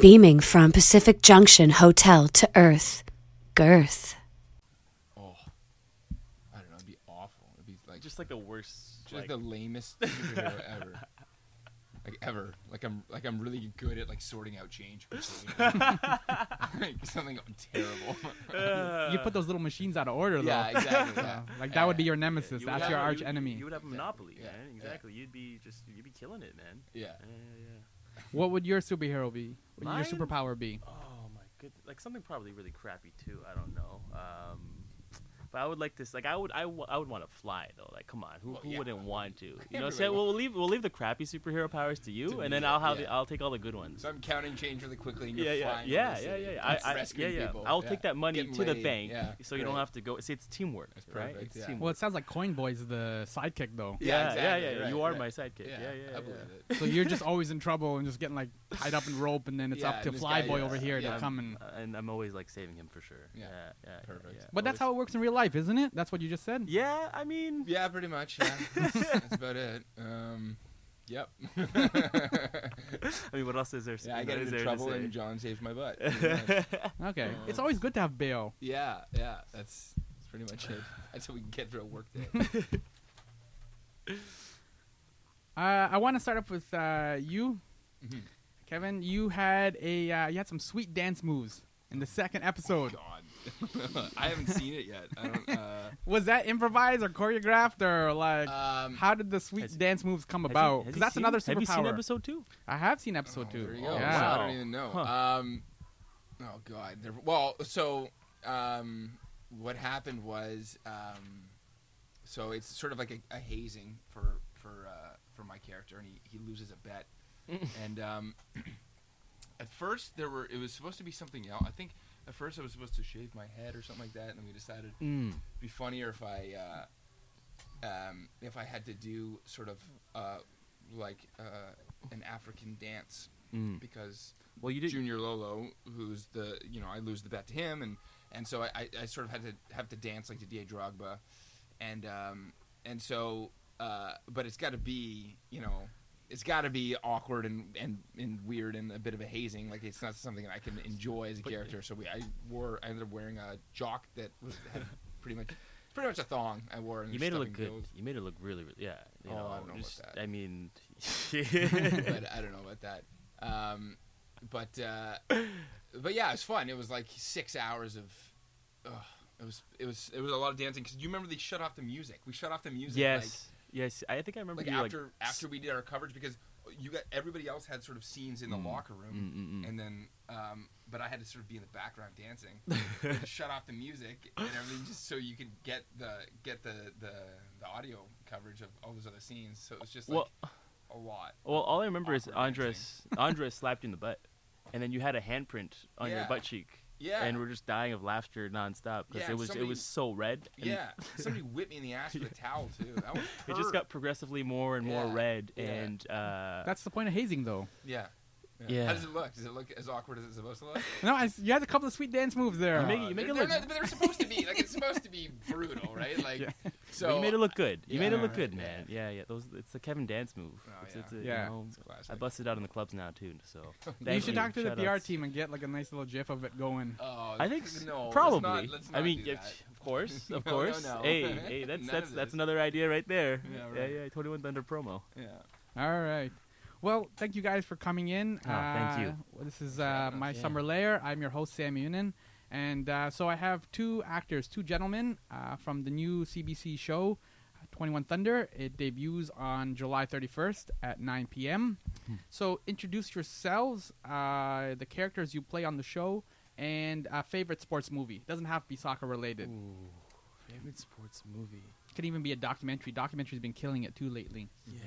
beaming from Pacific Junction Hotel to Earth. Girth. Oh, I don't know. It'd be awful. It'd be like just, Just like the worst. just like, the lamest superhero ever. Like ever. Like I'm like I'm really good at like sorting out change. From something. like something terrible. you put those little machines out of order, though. yeah, exactly. Yeah. Yeah, like that would be your nemesis. you would That's have- your you- arch enemy. You would have a monopoly, Yeah, man. yeah. Exactly. You'd be just you'd be killing it, man. Yeah. Yeah, yeah, yeah. what would your superhero be? What would Mine? your superpower be? Oh my goodness. Like something probably really crappy too. I don't know. Um, but I would like this. Like I would I, w- I would want to fly though. Like come on, who, Well, who yeah. wouldn't want to? You know, Everybody so we'll we'll leave we'll leave the crappy superhero powers to you, To me, and then I'll have yeah. the, I'll take all the good ones. So I'm counting change really quickly and you're Yeah, yeah, flying. yeah, over the yeah, city yeah, and yeah. I, I, yeah, rescuing yeah. people. I'll take that money Getting to the laid. bank, Yeah, so you don't great. have to go. It's, it's teamwork, That's right? perfect, It's yeah. teamwork. Well, it sounds like Coin Boy's the sidekick, though. yeah, Yeah, yeah, exactly, yeah. right, you are right. my sidekick. Yeah, yeah, yeah. I believe it. So you're just always in trouble and just getting like tied up in rope, and then it's Yeah, up to and this Fly guy, Boy yeah, over here yeah. to come and. Uh, and I'm always like saving him for sure. Yeah. Yeah, yeah. yeah, Perfect. yeah. But that's how Always- it works in real life, isn't it? That's what you just said. Yeah, I mean, Yeah, pretty much. Yeah. That's about it. Um, yep. I mean, what else is there? s- yeah, I is got there- is into there to trouble and say? John saved my butt. Pretty much. Okay. It's always good to have bail. yeah, yeah. That's, that's pretty much it. That's how we can get through a work day. Uh, I want to start up with uh, you, Mhm. Kevin. You had a uh, you had some sweet dance moves in the second episode. God. I haven't seen it yet. I don't, uh, Was that improvised or choreographed or like? um, how did the sweet Has- dance moves come Has he- about? has he Because that's seen- another Have you seen superpower. episode two? I have seen episode oh, two. There you go. Yeah. Wow, I Wow. don't even know. Huh. Um, oh God. There, well, so um, what happened was, um, so it's sort of like a, a hazing for for uh, for my character, and he, he loses a bet, and um, at first there were it was supposed to be something else. I think at first I was supposed to shave my head or something like that, and we decided Mm. it'd be funnier if I uh, um, if I had to do sort of uh, like uh, an African dance Mm. because Well, you did. Junior Lolo, who's the you know I lose the bet to him, and and so I, I, I sort of had to have to dance like Didier Drogba, and um and so uh but it's got to be you know it's got to be awkward and, and and weird and a bit of a hazing like it's not something I can enjoy as a character. So we I wore I ended up wearing a jock that was had pretty much pretty much a thong I wore. And You made it look stuffing good. bills. You made it look really, really yeah. You Oh, know, I don't know about just- that. I mean, but I don't know about that. Um, but uh, but yeah, it was fun. It was like six hours of. Ugh, it was it was it was a lot of dancing because you remember they shut off the music. We shut off the music. yes, yes. I think I remember Like, you like after like after we did our coverage because you got everybody else had sort of scenes Mm. in the locker room Mm-mm-mm. and then um, but I had to sort of be in the background dancing. They just shut off the music and everything just so you could get the get the the, the audio coverage of all those other scenes. So it was just like Well- a lot. Well, all I remember is Awkward Andres. Andres slapped you in the butt, and then you had a handprint on your Yeah. butt cheek. Yeah. And we're just dying of laughter nonstop because Yeah, it was it somebody- was so red. and Yeah, somebody whipped me in the ass with a towel too. That was It just hurt. got progressively more and more Yeah, red, yeah. and uh, That's the point of hazing, though. yeah. Yeah. How does it look? Does it look as awkward as it's supposed to look? No, I s you had a couple of sweet dance moves there. You make it- you Uh, make they're, it they're look- not- but they're supposed to be like it's supposed to be brutal, right? Like so. but you made it look good. You made it yeah, look good, yeah. man. Yeah, yeah. Those it's the Kevin Dance move. Oh, it's, yeah. it's a, you Yeah. know, It's classic. I busted out in the clubs now too. So you thank should talk to the Shout PR outs. team and get like a nice little gif of it going. Oh, I think no. s- let's not- probably. let's I not mean, do if- that. of course, of No, no, course. no. Hey, hey, that's None that's of that's this. another idea right there. Yeah, yeah, right. yeah. Twenty One Thunder promo. Yeah. All right. Well, thank you guys for coming in. Oh, thank you. Uh, well, This is uh, Shout my outs, yeah. summer layer. I'm your host, Sam Unin. And uh, so I have two actors, two gentlemen uh, from the new CBC show, uh, 21 Thunder. It debuts on July 31st at 9 p.m. Hmm. So introduce yourselves, uh, the characters you play on the show, and a favorite sports movie. Doesn't have to be soccer related. Ooh, favorite sports movie. Could even be a documentary. Documentary's been killing it too lately. Yeah.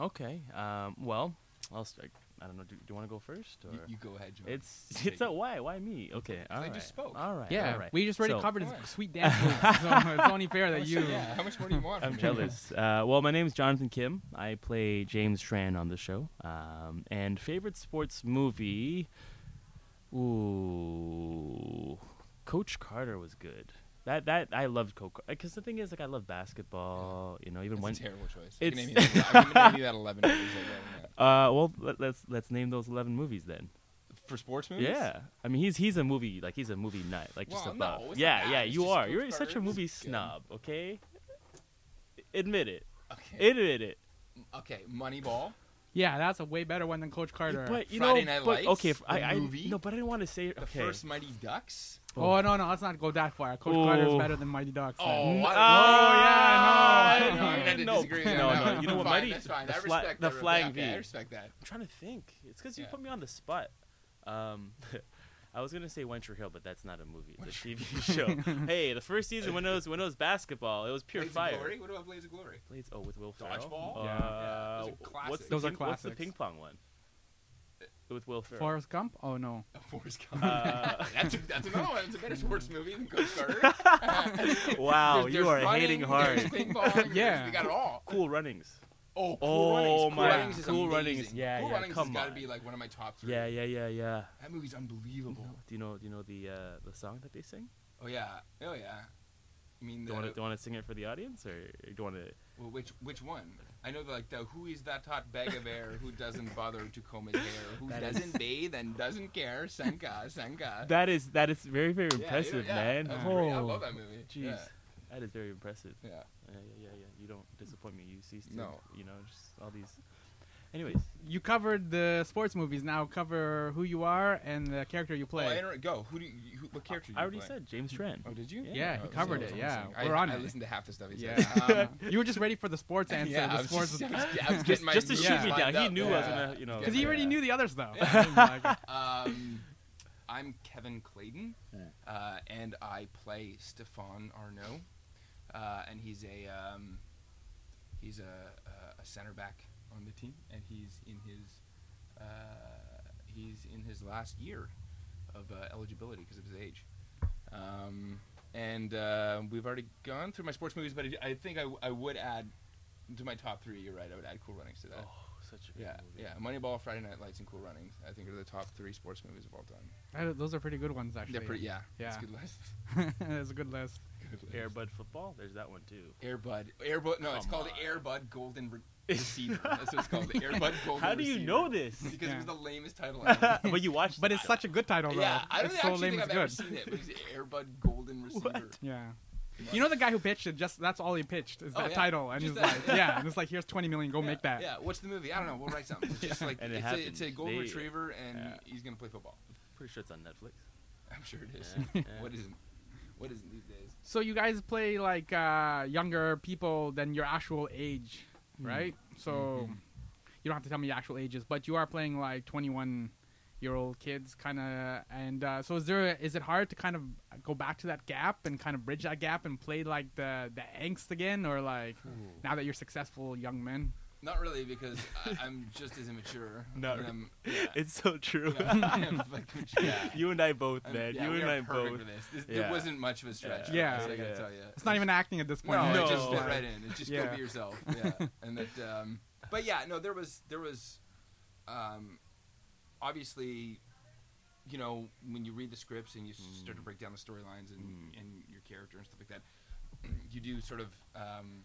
Okay. Um, well, I'll start. I don't know. Do, do you want to go first? Or? You, you go ahead, John. it's Take it's a it. why why me? Okay. All I right. just spoke. All right. Yeah, all right. we just already So- covered his Alright. Oh, sweet dance moves, so it's only fair How that much- you. Yeah. How much more do you want? I'm from me? jealous. Uh, well, my name is Jonathan Kim. I play James Tran on the show. Um, and favorite sports movie? Ooh, Coach Carter was good. That that I loved Coach because the thing is like I love basketball. You know, even That's when a terrible choice. It's- I'm gonna name you that 11. I'm gonna name you that 11. uh, well let, let's let's name those eleven movies then. for sports movies. Yeah, I mean he's he's a movie like he's a movie nut like just Well, a no, buff. it's not yeah, that. yeah, It's you just are. Luke You're such a Perry movie is good. snob. Okay, admit it. Okay. Admit it. okay. Moneyball. Yeah, that's a way better one than Coach Carter. But you Friday know, Night but, Lights, okay, the I, I movie, no, but I didn't want to say The okay. first Mighty Ducks. oh no, no, let's not go that far. Coach Oh. Carter's better than Mighty Ducks. man. I- Ah, yeah, I know, I no. No, Oh, had to oh, no, disagree with that. no, That no, was you know what, fine, Mighty- That's fine. the I fla- respect the that. flying Okay, I V. respect that. I'm trying to think. It's because you Yeah. put me on the spot. Um, I was gonna say Winter Hill, but that's not a movie. It's a TV show. hey, the first season when it was when it was basketball, it was pure Blades of fire. Glory? What about Blaze of Glory? Blades. Oh, with Will Ferrell. Dodgeball? Uh, Yeah. Yeah, those are what's classics. Uh, the Those are ping- What's the classics. ping pong one? With Will Ferrell. Forrest Gump? Oh no. Forrest Gump. Uh, that's, a, that's another one. It's a better sports movie than Coach Carter. wow, There's- Oh, you there's are running, hating There's hard. ping pong. Yeah. yeah. We got it all. cool runnings. Oh, cool Oh, runnings. Cool my- runnings is Cool amazing. Runnings. Yeah, cool yeah, runnings come has got to on. be like one of my top three. Yeah, yeah, yeah, yeah. That movie's unbelievable. Do you know? Do you know the uh, the song that they sing? Oh yeah. Oh yeah. I mean, the, Do you want to do you want to sing it for the audience, or do you want to? well, which which one? I know like the who is that hot bag of air who doesn't bother to comb his hair, who That is- doesn't bathe and doesn't care, Senka, Senka. That is that is very very Yeah, impressive, yeah, man. that was oh, great. I love that movie. Jeez, Yeah. that is very impressive. yeah. Uh, yeah, yeah, yeah. You don't disappoint me. You cease to. No. You know, just all these. Anyways, You covered the sports movies. Now cover who you are and the character you Oh, I play. inter- go. Who do you? Who, what character? do I you already play? said James Tran. Oh, did you? Yeah, Yeah, he Oh, so covered I was it, yeah. listening. I, We're on I it. listened to half the stuff he said. yeah. Um, you were just ready for the sports answer. yeah, I the was sports just, I was, I was just, getting my just to shoot yeah. me lined down. He up. knew I was Yeah. gonna. You know. because he already Yeah. knew the others though. Oh Um, I'm Kevin Clayton, uh, and I play Stefan Arnault, uh, and he's a um, he's a, a- a center back on the team, and he's in his uh, he's in his last year of uh, eligibility because of his age. Um, and uh, we've already gone through my sports movies, but I, I think I, I would add to my top three. You're right, I would add Cool Runnings to that. Oh, such a good Yeah, movie. yeah. Moneyball, Friday Night Lights, and Cool Runnings. I think are the top three sports movies of all time. Uh, Those are pretty good ones actually. They're pretty, yeah. It's Yeah. a good list. That's a good list. Good list. Airbud football. There's that one too. Airbud. Airbud. No, it's Come called on. Airbud Golden Re- Receiver. That's what it's called. the Airbud Golden How do you Receiver. know this? Because Yeah. it was the lamest title. ever. but you watched. But the it's show. such a good title though. yeah, I don't it's so actually lame think I've it's ever good. seen it. But it's Airbud Golden Receiver. Yeah. You know the guy who pitched it? Just that's all he pitched is Oh, that yeah. title, and Just he's that, like, yeah. yeah, and it's like here's 20 million, go Yeah, make that. Yeah, what's the movie? I don't know. We'll write something. It's just like And it it's, a, it's a happened. golden They- retriever, and yeah. he's gonna play football. Pretty sure it's on Netflix. I'm sure it is. Yeah, yeah. What isn't? What isn't these days? So you guys play like uh, younger people than your actual age, right? So you don't have to tell me your actual ages, but you are playing like 21 year old kids, kind of. And uh, so is there? a- Is it hard to kind of go back to that gap and kind of bridge that gap and play like the the angst again, or like now that you're successful young men? Not really, because I, I'm just as immature. No. and I'm, yeah. It's so true. Yeah, I am fucking mature. yeah. You and I both, I'm- man. yeah, you we and are I perfect both. for this. This- Yeah. It wasn't much of a stretch. Yeah. I Yeah. gotta tell you. It's not even acting at this point. No, right? it just No. fit right in. It just Yeah. go be yourself. Yeah, and that. Um, but yeah, no, there was there was, um, obviously, you know, when you read the scripts and you s start to break down the storylines and and your character and stuff like that, you do sort of. Um,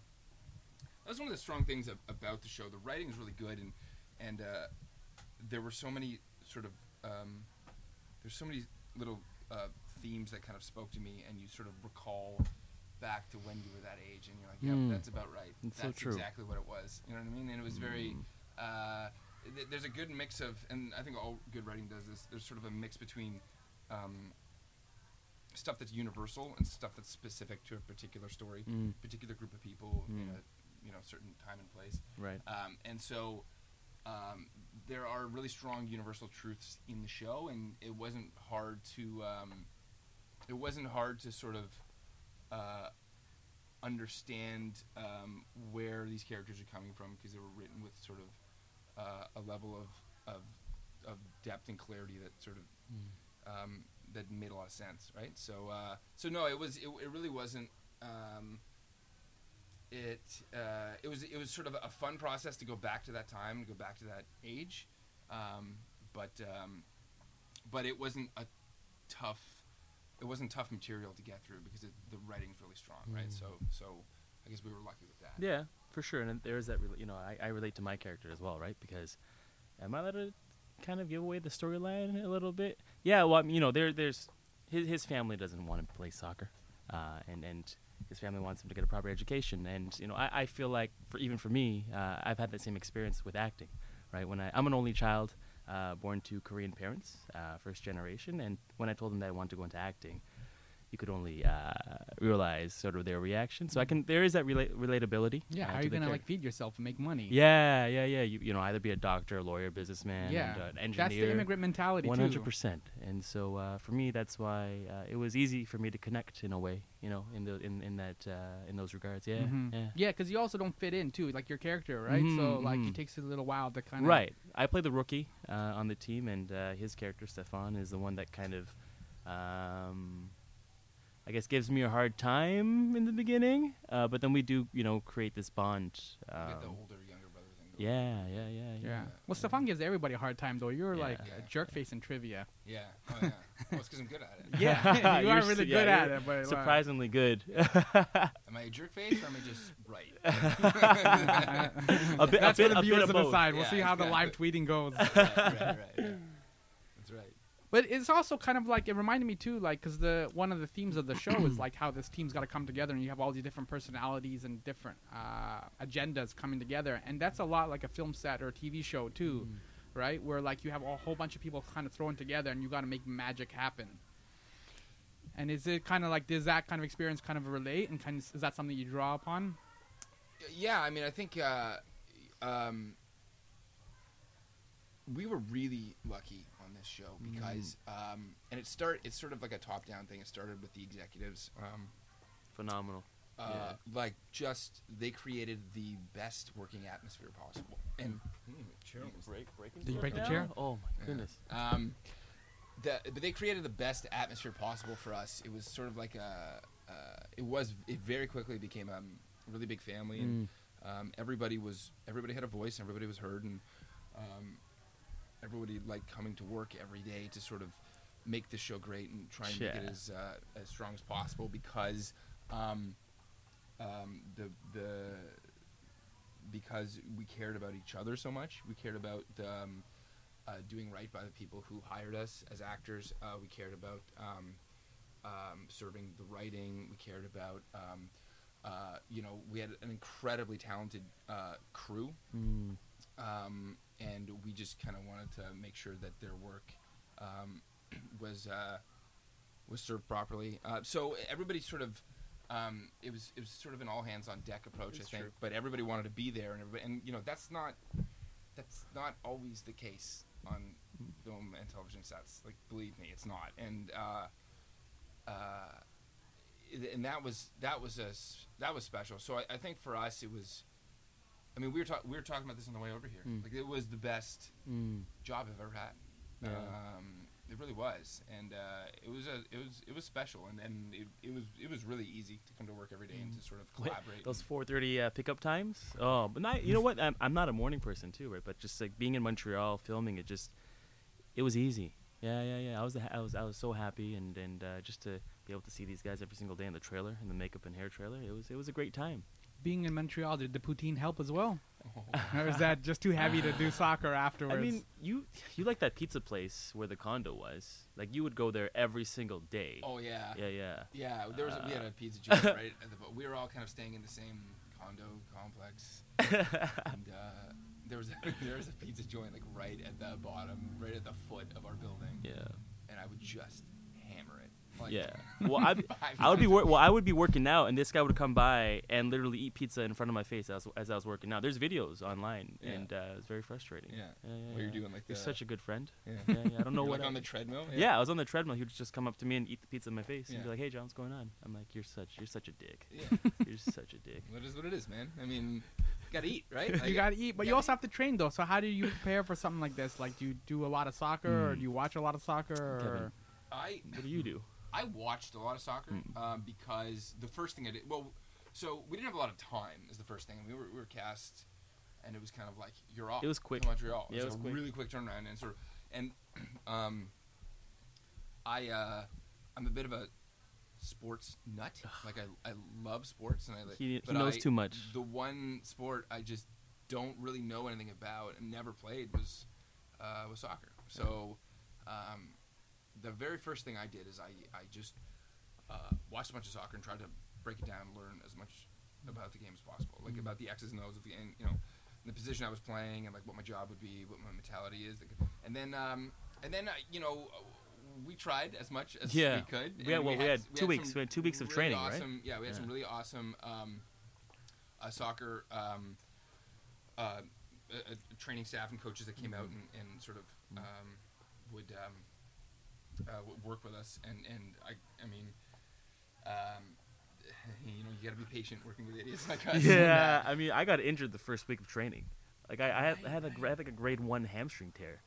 that was one of the strong things ab- about the show. The writing is really good, and and uh, there were so many sort of um, there's so many little uh, themes that kind of spoke to me, and you sort of recall back to when you were that age, and you're like, yeah, Mm. that's about right. It's so that's true. Hmm. exactly what it was. You know what I mean? And it was very. Uh, th- there's a good mix of, and I think all good writing does this. There's sort of a mix between. Um, Stuff that's universal and stuff that's specific to a particular story, Mm. particular group of people in Mm. a you know certain time and place. Right. Um, and so um, there are really strong universal truths in the show, and it wasn't hard to um, it wasn't hard to sort of uh, understand um, where these characters are coming from because they were written with sort of uh, a level of, of of depth and clarity that sort of Mm. um, that made a lot of sense, right? So, uh, so no, it was it, it really wasn't. Um, it uh, it was it was sort of a fun process to go back to that time, go back to that age, um, but um, but it wasn't a tough it wasn't tough material to get through because it, the writing's really strong, right? So so I guess we were lucky with that. Yeah, for sure. And there is that. rela- You know, I, I relate to my character as well, right? Because am I allowed to kind of give away the storyline a little bit. Yeah, well, I mean, you know, there, there's his his family doesn't want to play soccer, uh, and and his family wants him to get a proper education. And you know, I, I feel like for even for me, uh, I've had that same experience with acting, right? When I I'm an only child, uh, born to Korean parents, uh, first generation, and when I told them that I wanted to go into acting, you could only uh, realize sort of their reaction. So I can there is that rela- relatability. Yeah, uh, how are to the you gonna character. like feed yourself and make money? Yeah, yeah, yeah. You, you know, either be a doctor, a lawyer, businessman, yeah. and, uh, an That's the engineer. immigrant mentality One too. hundred percent. And so uh, for me, that's why uh, it was easy for me to connect in a way, you know, in the in in that uh, in those regards. Yeah, Mhm. yeah. Yeah, because you also don't fit in too, like your character, right? so Mhm, like mhm. it takes a little while to kind of Right. I play the rookie uh, on the team, and uh, his character Stefan is the one that kind of, um, I guess, gives me a hard time in the beginning. Uh, but then we do, you know, create this bond. You get the Um, older, younger brother thing. going. yeah, yeah, yeah, yeah. Yeah. Well, Stefan gives everybody a hard time though. You're Yeah. like Yeah. a jerk face in trivia. Yeah. Oh, yeah. well, it's because I'm good at it. Yeah, you You're are su- really yeah, good you're at it, but like, Surprisingly good. Am I a jerk face or am I just right? a bit, that's a for bit, the a bit viewers of to both. decide. We'll Yeah, see how the live exactly. tweeting goes. right, right, right, yeah. That's right. But it's also kind of like it reminded me too, like because the one of the themes of the show is like how this team's got to come together, and you have all these different personalities and different uh, agendas coming together, and that's a lot like a film set or a TV show too, Mm-hmm. right? Where like you have a whole bunch of people kind of thrown together, and you got to make magic happen. And is it kind of like does that kind of experience kind of relate, and kind of, is that something you draw upon? yeah i mean i think uh, um, we were really lucky on this show because um, and it start it's sort of like a top down thing it started with the executives um, Phenomenal. uh, like just they created the best working atmosphere possible and Did you break the chair? Oh my goodness. um, the, but they created the best atmosphere possible for us. It was sort of like a, uh, it was, it very quickly became um, a really big family, and um, everybody was, everybody had a voice, everybody was heard, and um, everybody liked coming to work every day to sort of make this show great and try and make Yeah. it as uh, as strong as possible because um, um, the the because we cared about each other so much. We cared about um, uh, doing right by the people who hired us as actors. Uh, we cared about um, um, serving the writing. We cared about, um, uh, you know, we had an incredibly talented uh, crew, Mm. um, and we just kind of wanted to make sure that their work um, was uh, was served properly. Uh, so everybody sort of um, it was it was sort of an all hands on deck approach, It's I think. true. But everybody wanted to be there, and everybody, and you know that's not that's not always the case on film and television sets. Like believe me, it's not. And uh, uh, i- and that was that was a s- that was special. So I, I think for us it was. I mean, we were talking we were talking about this on the way over here. Mm. Like it was the best Mm. job I've ever had. Yeah. Um, it really was, and uh, it was a, it was it was special, and, and it, it was it was really easy to come to work every day and to sort of Mm. Wait, collaborate. Those 4:30 uh, pickup times. Oh, but not, you know what? I'm, I'm not a morning person too, right? But just like being in Montreal, filming it just, it was easy. Yeah, yeah, yeah. I was I was I was so happy, and and uh, just to be able to see these guys every single day in the trailer, in the makeup and hair trailer, it was it was a great time. Being in Montreal, did the poutine help as well, Oh, or is that just too heavy to do soccer afterwards? I mean, you you like that pizza place where the condo was? Like you would go there every single day. oh, yeah, yeah. Yeah, Uh. yeah. there was a, we had a pizza joint right. At the, but we were all kind of staying in the same condo complex, and uh, there was a, there was a pizza joint like right at the bottom, right at the foot of our building, Yeah. and I would just hammer it. Like, Yeah. Well, I five I would times be a wor- well, I would be working out, and this guy would come by and literally eat pizza in front of my face as, as I was working out. There's videos online, Yeah. and uh, it's very frustrating. Yeah. yeah, yeah, Well, you're yeah. doing like You're the- such a good friend. Yeah. yeah, yeah. I don't know You're, what. like on I- the treadmill. yeah. I was on the treadmill. He would just come up to me and eat the pizza in my face, and Yeah. be like, "Hey, John, what's going on?" I'm like, "You're such, you're such a dick. yeah. you're such a dick." That is what it is, man. I mean, gotta eat, right? you Like, gotta eat, but you gotta also have to train though. So how do you prepare for something like this? Like, do you do a lot of soccer, Mm. or do you watch a lot of soccer? Or... I What do you do? I watched a lot of soccer Mm. um, because the first thing I did. Well, so we didn't have a lot of time. Is the first thing. We were we were cast, and it was kind of like you're off. It was to quick. Montreal. Yeah, it was a quick. really quick turnaround, and sort of, and um, I uh, I'm a bit of a sports nut. Like I, I love sports, and I like. He- he but knows I- too much. The one sport I just don't really know anything about and never played was uh, was soccer. So um, the very first thing I did is I, I just uh, watched a bunch of soccer and tried to break it down and learn as much about the game as possible, Mm. like about the X's and O's of the and you know the position I was playing and like what my job would be, what my mentality is, like, and then um, and then uh, you know we tried as much as Yeah. we could. We had- and well, we had two some weeks. We had two weeks of really training, right? awesome, Yeah, we had some Yeah. really awesome um, uh, soccer. Um, uh, uh, uh, training staff and coaches that came Mm-hmm. out and, and sort of um, would um, uh, would work with us. And, and I, I mean, um, you know, you got to be patient working with idiots like us. yeah, I mean, I got injured the first week of training. Like I, I had, I had a, Right, gra- I had like a grade one hamstring tear.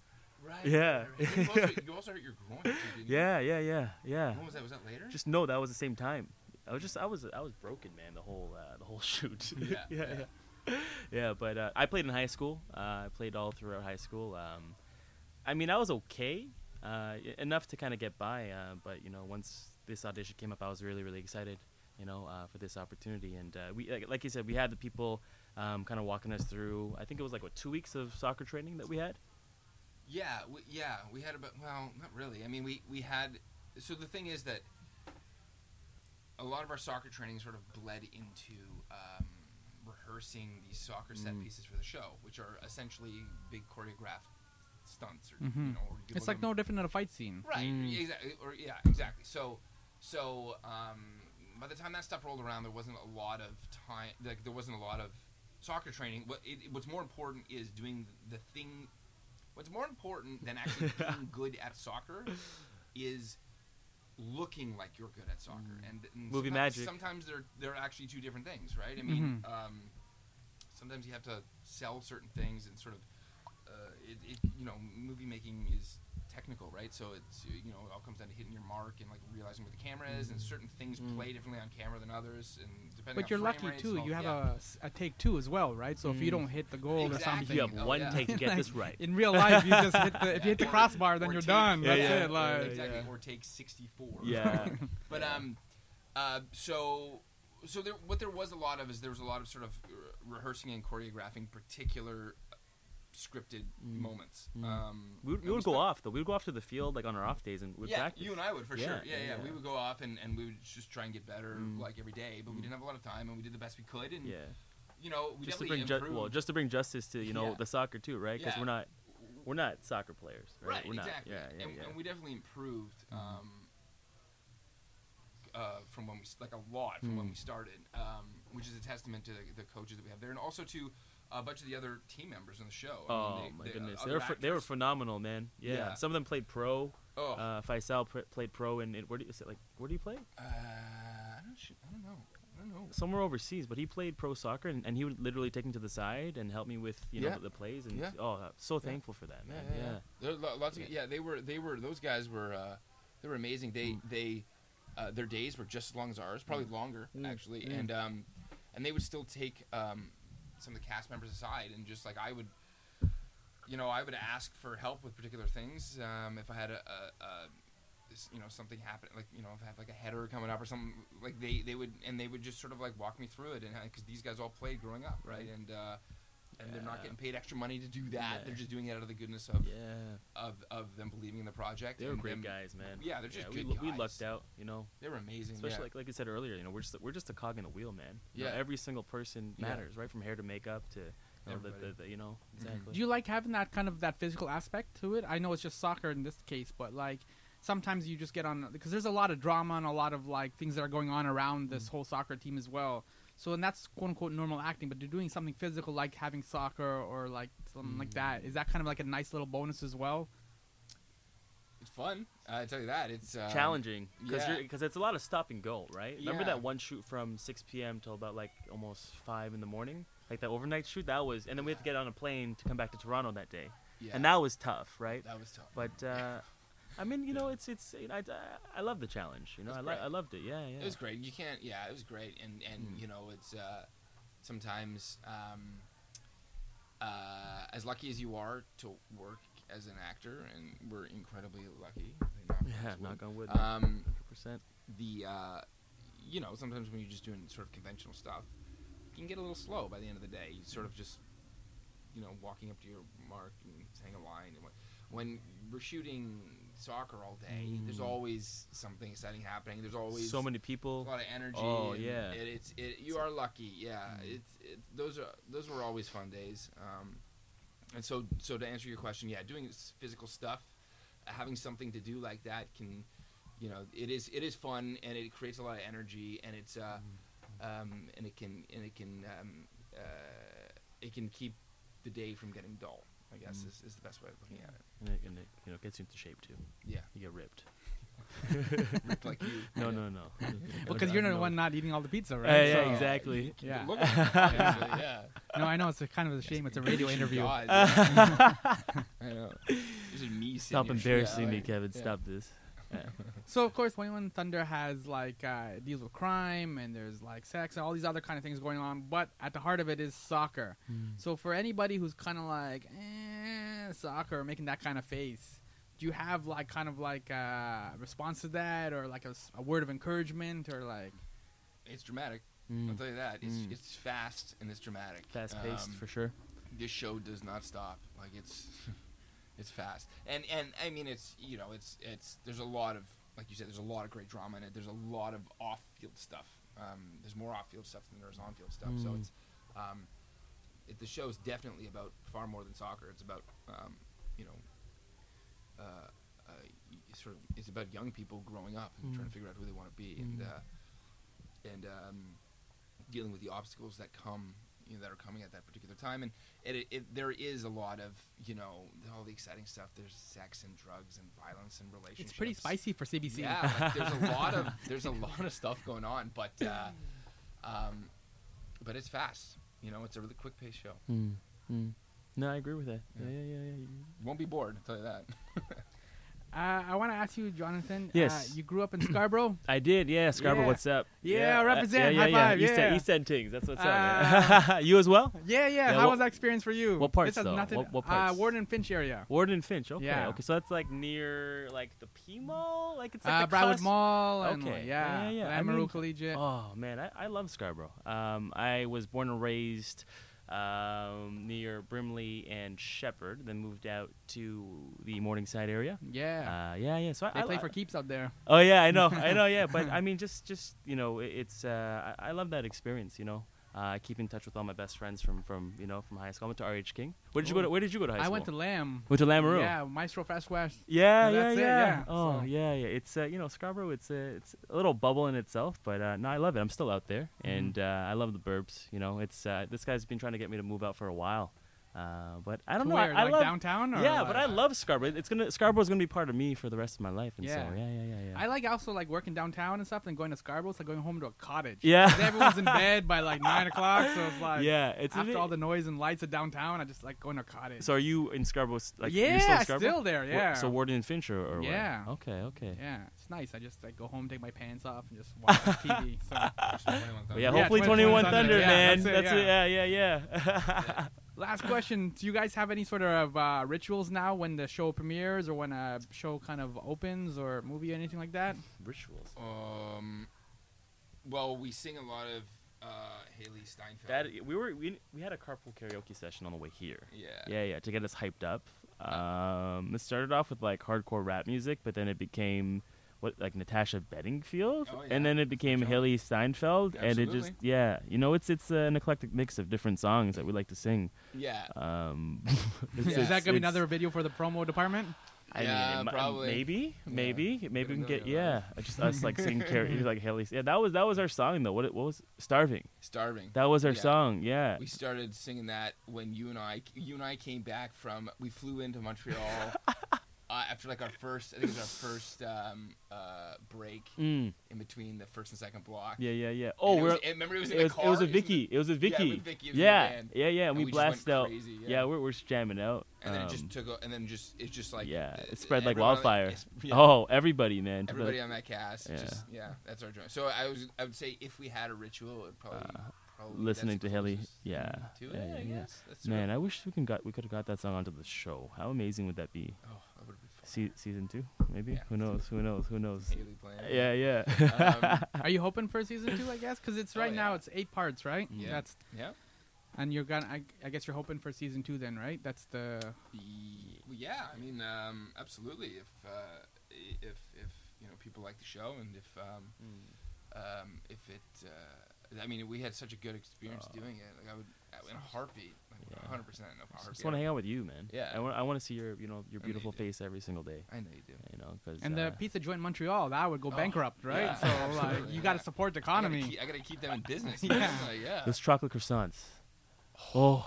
right. Yeah. right. You, also, you also hurt your groin. Too, didn't you? Yeah, yeah, yeah, yeah. When was that? Was that later? Just no, that was the same time. I was just, I was, I was broken, man. The whole, uh, the whole shoot. Yeah, yeah, yeah. yeah. Yeah, but uh, I played in high school. Uh, I played all throughout high school. Um, I mean, I was okay, uh, e- enough to kind of get by. Uh, but you know, once this audition came up, I was really, really excited. You know, uh, for this opportunity, and uh, we, like, like you said, we had the people um, kind of walking us through. I think it was like what two weeks of soccer training that we had. Yeah, we, yeah, we had about well, not really. I mean, we we had. So the thing is that a lot of our soccer training sort of bled into um, rehearsing these soccer set Mm. pieces for the show, which are essentially big choreographed stunts, or Mm-hmm. you Mhm. know, or you It's look like at no different than a fight scene. Right. Mm. Exactly. Or yeah, exactly. So, so um, by the time that stuff rolled around, there wasn't a lot of time. Like there wasn't a lot of soccer training. What it, what's more important is doing the thing. What's more important than actually being good at soccer is looking like you're good at soccer. And, and Mm. Movie sometimes, magic. Mm-hmm. Sometimes they're they're actually two different things, right? I mean, um, sometimes you have to sell certain things and sort of uh, it, it, you know, movie making is technical, right? So it's you know, it all comes down to hitting your mark and like realizing where the camera is, Mm-hmm. and certain things play differently on camera than others, and depending. on But you're frame lucky rates and too. all- You have yeah. a s a a, take two as well, right? So if you Mm. don't hit the goal Exactly. or something, You have Oh, one yeah. take to get Like, this right. in real life, you just hit the if you hit the Or- crossbar, then or you're take- done. Yeah, That's yeah. it. Like, exactly. yeah. Or take sixty-four. Yeah. But um, uh, so so there, what there was a lot of is there was a lot of sort of re- rehearsing and choreographing particular uh, scripted moments. Um, Mm-hmm. We would, and we would spent- go off though. We would go off to the field like on our off days and we'd yeah, practice. you and I would for Yeah, sure. Yeah, yeah, yeah, yeah. Mm. We would go off and, and we would just try and get better like every day, but we didn't have a lot of time and we did the best we could. And Yeah. you know, we Just to definitely bring ju- improved. well, just to bring justice to you know Yeah. the soccer too, right? Because Yeah. we're not we're not soccer players, right? right, We're exactly. not. Yeah, yeah, and, yeah. Mm-hmm. and we definitely improved um, uh, from when we s- like a lot from when Mm. we started, um, which is a testament to the, the coaches that we have there, and also to a bunch of the other team members on the show. I mean, Oh they- my they- uh, goodness, they other were ph- they were actors. phenomenal, man. Yeah. Yeah. some of them played pro. Oh. Uh, Faisal pr- played pro, and where do you, is it like where do you play? Uh, I don't, sh- I don't know. I don't know. Somewhere overseas, but he played pro soccer, and, and he would literally take me to the side and help me with you know Yeah. the plays, and Yeah. oh, I'm so thankful for that, man. Yeah, Mm. There lo- lots of yeah. They were they were those guys were uh, they were amazing. They they uh, their days were just as long as ours, probably longer Mm. actually. And um, and they would still take um, some of the cast members aside and just like I would, you know, I would ask for help with particular things um, if I had a. a, a s- you know something happen like you know if I have like a header coming up or something like they they would and they would just sort of like walk me through it and because these guys all played growing up right and uh, and they're not Yeah. getting paid extra money to do that Yeah. they're just doing it out of the goodness of yeah. of, of them believing in the project. They were and great them- guys, man. yeah, they're just we, good lu- we guys. lucked out, you know. They were amazing. Especially yeah. like like I said earlier, you know, we're just we're just a cog in the wheel, man. You know, Yeah. every single person Yeah. matters, right? From hair to makeup to you know, the, Everybody. Mm-hmm. the, the- you know exactly. Do you like having that kind of that physical aspect to it? I know it's just soccer in this case, but like sometimes you just get on because there's a lot of drama and a lot of like things that are going on around this whole soccer team as well. So and that's quote unquote normal acting, but they're doing something physical like having soccer or like something like that. Is that kind of like a nice little bonus as well? it's fun. I tell you that it's um, challenging because yeah. because it's a lot of stop and go, right? Remember Yeah. that one shoot from 6 p.m. till about like almost five in the morning, like that overnight shoot. That was, and then we had to get on a plane to come back to Toronto that day, Yeah, and that was tough, right? that was tough. But uh, I mean, you know, it's it's you know, I, I love the challenge. You know, It was I, lo- great. I loved it. Yeah, Mm. yeah. it was great. You can't. Yeah, it was great. And and you know it's uh, sometimes um, uh, as lucky as you are to work as an actor, and we're incredibly lucky. knock on yeah, wood. knock on wood. Um, 100%. the uh, you know sometimes when you're just doing sort of conventional stuff you can get a little slow by the end of the day you sort of just you know, walking up to your mark and saying a line. And what, when we're shooting soccer all day, there's Mm. always something exciting happening. There's always so many a people. lot of energy. Oh, and yeah. Mm-hmm. it, it's it, you are lucky. Yeah, it's it, those are those were always fun days. Um, and so so to answer your question, yeah, doing s- physical stuff, having something to do like that can, you know, it is it is fun and it creates a lot of energy and it's uh, Mm-hmm. um, and it can and it can um, uh, it can keep the day from getting dull. I guess Mm. is, is the best way of looking at it. And it, and it you know gets you into shape too. Yeah, You get ripped. ripped like you. No, Yeah. no, no. Well, because you're the one not eating all the pizza, right? Yeah, yeah, So- exactly. Keep it Yeah. looking. yeah. yeah. No, I know it's a kind of a shame. It's a radio interview. God, I know. This is me Stop sitting here. embarrassing Yeah, me, like- Kevin. yeah. Stop this. Yeah. So of course, Twenty One Thunder has like uh, deals with crime and there's like sex and all these other kind of things going on. But at the heart of it is soccer. Mm. So for anybody who's kind of like eh, soccer, making that kind of face, do you have like kind of like uh, a response to that or like a, s- a word of encouragement or like It's dramatic. I'll Mm. tell you that. It's Mm. it's fast and it's dramatic. Fast paced Um, for sure. This show does not stop. Like it's it's fast. And and I mean it's you know it's it's there's a lot of like you said there's a lot of great drama in it. There's a lot of off field stuff. Um, there's more off field stuff than there is on field stuff. So Mm. it's um, it, the show's definitely about far more than soccer. It's about um, you know uh, uh, y- sort of it's about young people growing up and Mm. trying to figure out who they want to be and Mm. uh, and um, dealing with the obstacles that come you know, that are coming at that particular time and it, it, there is a lot of you know all the exciting stuff there's sex and drugs and violence and relationships it's pretty spicy for CBC. yeah like, there's a lot of there's a lot of stuff going on but uh, um, but it's fast you know it's a really quick paced show Mm. Mm. No, I agree with that. Yeah. Yeah, yeah, yeah. yeah. you- won't be bored I'll tell you that Uh, I want to ask you, Jonathan. Yes. Uh, you grew up in Scarborough. I did, yeah. Scarborough, Yeah. what's up? Yeah, uh, represent, yeah, high yeah, yeah. five, East, yeah. Um, East End Tings, that's what's up. man. you as well? yeah, yeah. Yeah, How what- was that experience for you? what parts, This has though? nothing. What- what Uh, parts? Warden and Finch area. Ward and Finch. Okay, Yeah. okay. So that's like near like the P Mall. Like it's like Uh, the Broward class- Mall. And, Okay. like, yeah, Yeah, yeah, yeah. I Amaru mean- Collegiate. Oh man, I, I love Scarborough. Um, I was born and raised um, near Brimley and Shepherd, then moved out to the Morningside area. yeah. Uh, yeah, yeah. So I, they I play li- for keeps out there. Oh yeah, I know, I know, yeah. But I mean, just, just you know, it, it's uh, I, I love that experience. You know, uh, I keep in touch with all my best friends from from you know from high school. I went to RH King. Where did you go? Ooh. To, where did you go to high I school? went to Lamb. went to Lamoureux. Yeah, Maestro Fast West. Yeah, And yeah, that's it, yeah. yeah, Oh, so- yeah, yeah. It's uh, you know Scarborough. It's a it's a little bubble in itself, but uh, no, I love it. I'm still out there, Mm-hmm. and uh, I love the burbs. You know, it's uh, this guy's been trying to get me to move out for a while, uh, but I don't To know. Where, I, I like love downtown. Or yeah, but I like- love Scarborough. It's gonna Scarborough's gonna be part of me for the rest of my life, and Yeah. so yeah, yeah, yeah, yeah. I like also like working downtown and stuff, and going to Scarborough. It's like going home to a cottage. Yeah. 'Cause everyone's in bed by like nine o'clock, so it's like yeah, it's a after bit- all the noise and lights of downtown, I just like going to a cottage. So are you in Scarborough? s- Like yeah, you're still in Scarborough? there. Wha- Yeah. So Warden and Finch or, or what? Yeah. Okay, okay. yeah, it's nice. I just like go home, take my pants off, and just watch TV. So But yeah, Yeah, hopefully 21 21 Thunder, Thunder, yeah, man. that's it, That's it. Yeah, yeah, yeah. last question: Do you guys have any sort of uh, rituals now when the show premieres or when a show kind of opens or movie or anything like that? Rituals. Um, well, we sing a lot of uh, Haley Steinfeld. That we were we, we had a carpool karaoke session on the way here. yeah. Yeah, yeah, to get us hyped up. Um, it started off with like hardcore rap music, but then it became what like Natasha Bedingfield, Oh, yeah. and then it became Sure. Haley Steinfeld, and it just Absolutely. yeah, you know, it's it's an eclectic mix of different songs that we like to sing. yeah. Um, Yeah. Is that gonna be it's- another video for the promo department? I Yeah, mean, it mi- probably. maybe, maybe, Get maybe a we can get million yeah, uh, dollars. just us like singing karaoke, like Haley. Yeah, that was that was our song though. What it- what was starving? Starving. That was our Yeah. song. Yeah, We started singing that when you and I, you and I came back from. We flew into Montreal uh, after like our first. I think it was our first um, uh, break mm. in between the first and second block. yeah, yeah, yeah. And Oh, it we're was, and remember it was in it was the car. it was a in the- Vicky. It was a Yeah, Vicky. with Vicky, it was in the yeah, van. yeah, yeah, and we we just went blast out. crazy, yeah. we're we're just jamming out. and then it Um, just took. A, and then just it's just like yeah, uh, it spread like everyone on the- wildfire. it's- yeah. Oh, everybody, man. To the- everybody on that cast. Yeah. Just, yeah, that's our joint. So I was, I would say if we had a ritual, it'd probably, probably that's Uh, listening the to Haley- closest yeah, thing To yeah, it, yeah, I yeah. guess. That's man, real- I wish we can got we could have got that song onto the show. How amazing would that be? oh, that would be fun. Se- season two, maybe. Yeah. Who knows? Who knows? Who knows? Haley playing. Yeah, yeah. Um, Are you hoping for season two? I guess because it's Oh, right now yeah. it's eight parts, right? Yeah. That's yeah. And you're gonna, I, I guess you're hoping for season two then, right? That's the Well, yeah, I mean, um, absolutely. If uh, i- if if you know people like the show, and if um, Hmm. um, if it, uh, I mean, we had such a good experience doing it. Like I would I- in a heartbeat, like Oh. Yeah. 100 percent in a I heartbeat. just want to hang out with you, man. Yeah. I want, I want to see your, you know, I your know beautiful you do. face every single day. I know you do. You know, because and uh, the pizza joint in Montreal that would go Oh, bankrupt, right? yeah, so like, absolutely, you got to yeah. support I the gotta economy. keep- I gotta keep them in business. Yeah. man. Like, yeah. those chocolate croissants. Oh,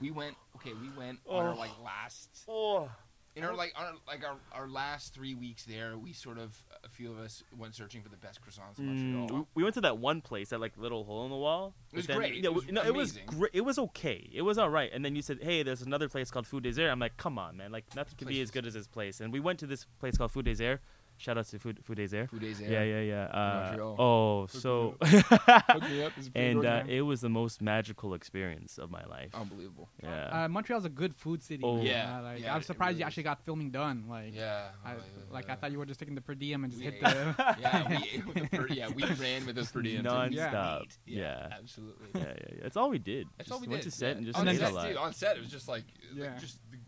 We went. Okay, we went on our Oh. like last oh, in our like our like our, our last three weeks there. We sort of a few of us went searching for the best croissants in Mm. Montreal. we went to that one place, that like little hole in the wall. It but was then- great. Yeah, It w- was no, it was amazing. great. It was okay. It was all right. And then you said, "Hey, there's another place called Food Désert." I'm like, "Come on, man! Like nothing could place be as was- good as this place." And we went to this place called Food Désert. Shout out to Food Food Désert. Food days Yeah, yeah, yeah. Uh, Montreal. oh, so and uh, ordinary. it was the most magical experience of my life. unbelievable. yeah. Uh, Montreal's a good food city. Oh. Yeah, Uh, like, yeah, I'm it surprised you really actually got filming done. Like, Yeah. I, oh, like yeah. I thought you were just taking the per diem and just hit Yeah. the. yeah, we, with the per, yeah, we ran with those per diems. and we nonstop. ate. Yeah. absolutely. yeah, yeah, yeah. That's all we did. That's Just all we went did. to set yeah. and just on did ate the a set, lot. dude, on set, it was just like, Yeah. like just the,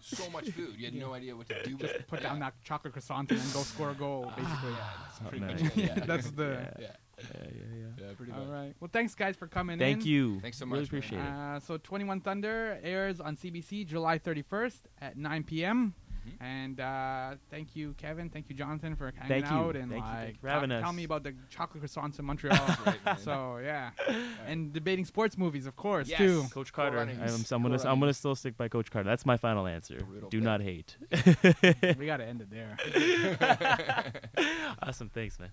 so much food. You had no idea what to do with it. Put yeah. down that chocolate croissant and then go score a goal, basically. Yeah, that's Oh, pretty much man. it. Yeah. That's the. yeah. Yeah. Yeah, yeah, yeah. Yeah, pretty All much. right. Well, thanks guys for coming in. Thank you. Thanks so Really much, man. appreciate it. Uh, so 21 Thunder airs on CBC July 31st at 9 p.m. Mm-hmm. Mhm. And uh, thank you, Kevin. Thank you, Jonathan, for hanging Thank you. out and Thank you. like Thank you for having ta- us. tell me about the chocolate croissants in Montreal. Right, man. so yeah, and debating sports movies, of course, Yes. too. Coach Cool Carter. runnings. I'm, I'm, Cool gonna, I'm gonna runnings. still stick by Coach Carter. That's my final answer. Brutal Do pick. not hate. we gotta end it there. awesome. Thanks, man.